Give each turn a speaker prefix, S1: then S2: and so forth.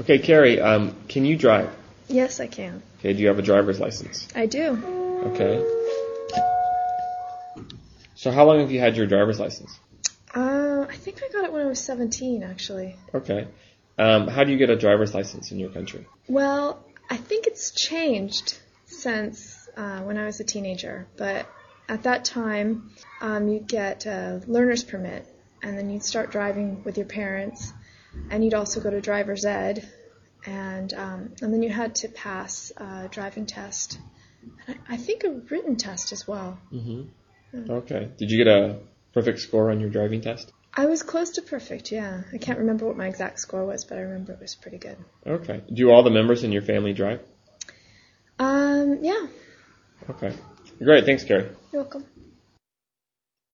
S1: Okay, Carrie, um, can you drive?
S2: Yes, I can.
S1: Okay, do you have a driver's license?
S2: I do.
S1: Okay. So how long have you had your driver's license?
S2: Uh, I think I got it when I was 17, actually.
S1: Okay. Um, how do you get a driver's license in your country?
S2: Well, I think it's changed since uh, when I was a teenager, but at that time, um, you'd get a learner's permit, and then you'd start driving with your parents, and you'd also go to driver's ed, and um, and then you had to pass a driving test, and I, I think a written test as well.
S1: Okay. Did you get a perfect score on your driving test?
S2: I was close to perfect, yeah. I can't remember what my exact score was, but I remember it was pretty good.
S1: Okay. Do all the members in your family drive?
S2: Um, yeah,
S1: Okay. Great. Thanks, Carrie.
S2: you're welcome.